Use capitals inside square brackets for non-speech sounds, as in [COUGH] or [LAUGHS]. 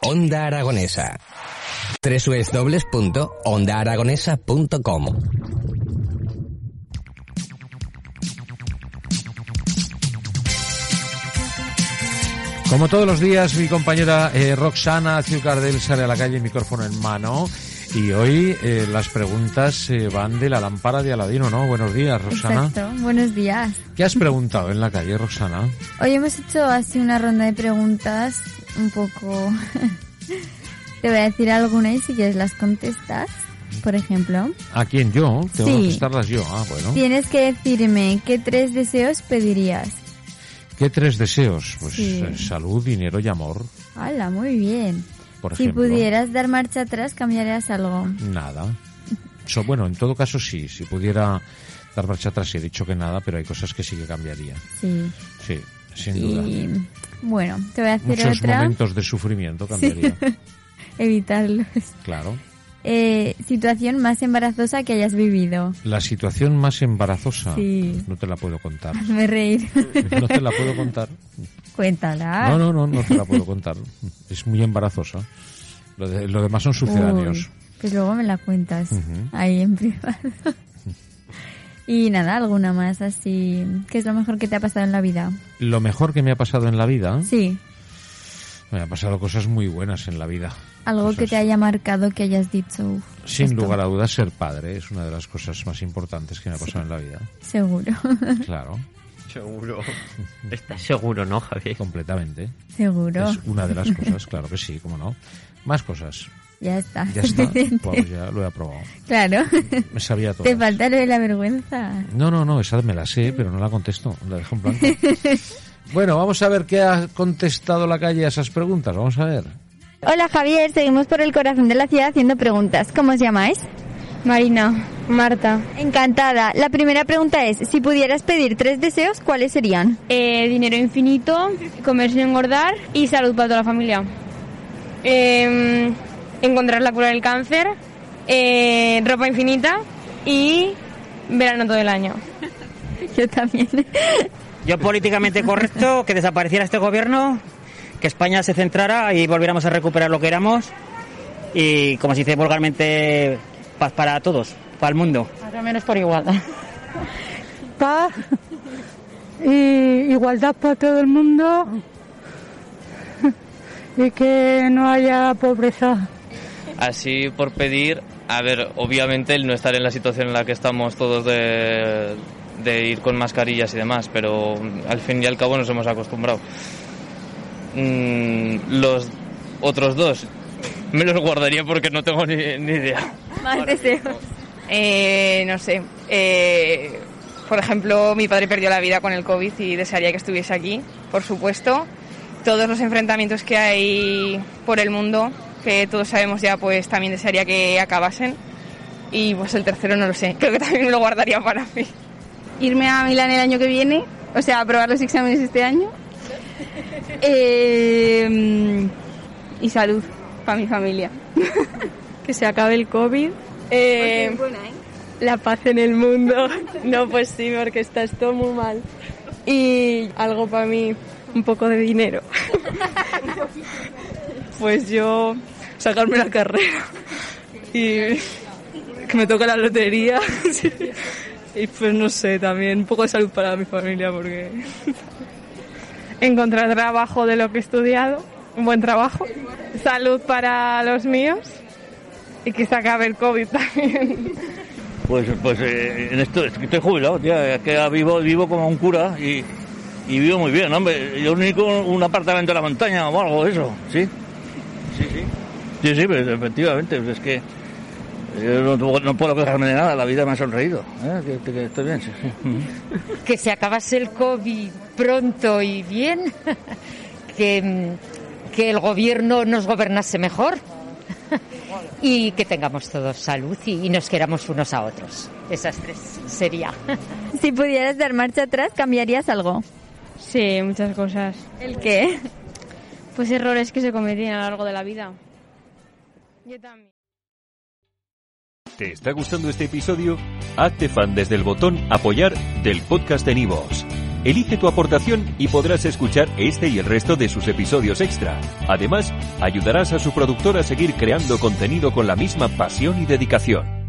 Onda Aragonesa. www.ondaaragonesa.com Como todos los días, mi compañera eh, Roxana Ciucardel sale a la calle, micrófono en mano. Y hoy eh, las preguntas eh, van de la lámpara de Aladino, ¿no? Buenos días, Roxana. Exacto, buenos días. ¿Qué has preguntado en la calle, Roxana? Hoy hemos hecho así una ronda de preguntas un poco... [LAUGHS] Te voy a decir alguna y si quieres las contestas, por ejemplo. ¿A quién yo? Tengo que Sí. contestarlas yo. Ah, bueno. Tienes que decirme qué tres deseos pedirías. ¿Qué tres deseos? Pues Sí. eh, salud, dinero y amor. Hala, muy bien. Por si ejemplo. pudieras dar marcha atrás, cambiarías algo. Nada. So, bueno, en todo caso sí. Si pudiera dar marcha atrás, he dicho que nada, pero hay cosas que sí que cambiaría. Sí. Sí, sin Y duda. bueno, te voy a hacer Muchos otra. momentos de sufrimiento [LAUGHS] cambiaría. Evitarlos. Claro. Eh, situación más embarazosa que hayas vivido. [LAUGHS] La situación más embarazosa. Sí. No te la puedo [LAUGHS] contar. Hazme reír. No te la puedo contar. Cuéntala. No, no, no, no te la puedo contar. Es muy embarazosa. Lo, de- lo demás son sucedáneos. Uy, pues luego me la cuentas Ujú. ahí en privado. [LAUGHS] y nada, alguna más así. ¿Qué es lo mejor que te ha pasado en la vida? Lo mejor que me ha pasado en la vida, Sí, me ha pasado cosas muy buenas en la vida. algo Cosas- que te haya marcado que hayas dicho. "Uf, Sin esto". lugar a dudas, ser padre es una de las cosas más importantes que me ha pasado en la vida. Seguro, [LAUGHS] Claro, [LAUGHS] Seguro. Estás seguro, ¿no, Javier? completamente. seguro. Es una de las cosas, claro que sí, cómo no. Más cosas. Ya está. [LAUGHS] Ya está. suficiente. Pues ya lo he aprobado. Claro, Me sabía todo. te falta lo de la vergüenza. No, no, no, esa me la sé, pero no la contesto, la dejo en blanco. Bueno, vamos a ver qué ha contestado la calle a esas preguntas, vamos a ver. Hola Javier, seguimos por el corazón de la ciudad haciendo preguntas. ¿Cómo os llamáis? Marina, Marta, Encantada. La primera pregunta es, si pudieras pedir tres deseos, ¿cuáles serían? eh, dinero infinito, comer sin engordar y salud para toda la familia. Eh, encontrar la cura del cáncer, eh, ropa infinita y verano todo el año. [LAUGHS] Yo también. Yo políticamente correcto, que desapareciera este gobierno, que España se centrara y volviéramos a recuperar lo que éramos y, como se dice vulgarmente, paz para todos, para el mundo. Más o menos por igualdad. Paz y igualdad para todo el mundo y que no haya pobreza. Así por pedir, a ver, obviamente el no estar en la situación en la que estamos todos de, de ir con mascarillas y demás, pero mm, al fin y al cabo nos hemos acostumbrado. Mm, los otros dos me los guardaría porque no tengo ni, ni idea. Más deseos. Eh, no sé. eh, por ejemplo, mi padre perdió la vida con el COVID y desearía que estuviese aquí, por supuesto. Todos los enfrentamientos que hay por el mundo, que todos sabemos ya, pues también desearía que acabasen. Y pues el tercero no lo sé. [LAUGHS] Creo que también me lo guardaría para mí. Irme a Milán el año que viene, o sea, aprobar los exámenes este año. y salud para mi familia. que se acabe el COVID. Eh, La paz en el mundo. [LAUGHS] No, pues sí, porque está todo muy mal. Y algo para mí, un poco de dinero. [LAUGHS] Pues yo sacarme la carrera y que me toque la lotería. [LAUGHS] Y pues no sé, también un poco de salud para mi familia porque... [LAUGHS] Encontrar trabajo de lo que he estudiado, un buen trabajo, salud para los míos y que se acabe el COVID [LAUGHS] también. Pues, pues eh, en esto es que estoy jubilado, tía, es que vivo, vivo como un cura y, y vivo muy bien, hombre. Yo único un apartamento en la montaña o algo de eso, ¿sí? Sí, sí. Sí, sí, pues, efectivamente, pues es que yo no, no puedo quejarme de nada, la vida me ha sonreído, ¿eh? que, que estoy bien, sí, sí. Que se acabase el COVID pronto y bien. [LAUGHS] Que, que el gobierno nos gobernase mejor. [LAUGHS] Y que tengamos todos salud y, y nos queramos unos a otros. Esas tres sería. Si pudieras dar marcha atrás, ¿cambiarías algo? Sí, muchas cosas. ¿El qué? Pues errores que se cometen a lo largo de la vida. Yo también. ¿Te está gustando este episodio? Hazte fan desde el botón Apoyar del podcast de Nivos. Elige tu aportación y podrás escuchar este y el resto de sus episodios extra. Además, ayudarás a su productor a seguir creando contenido con la misma pasión y dedicación.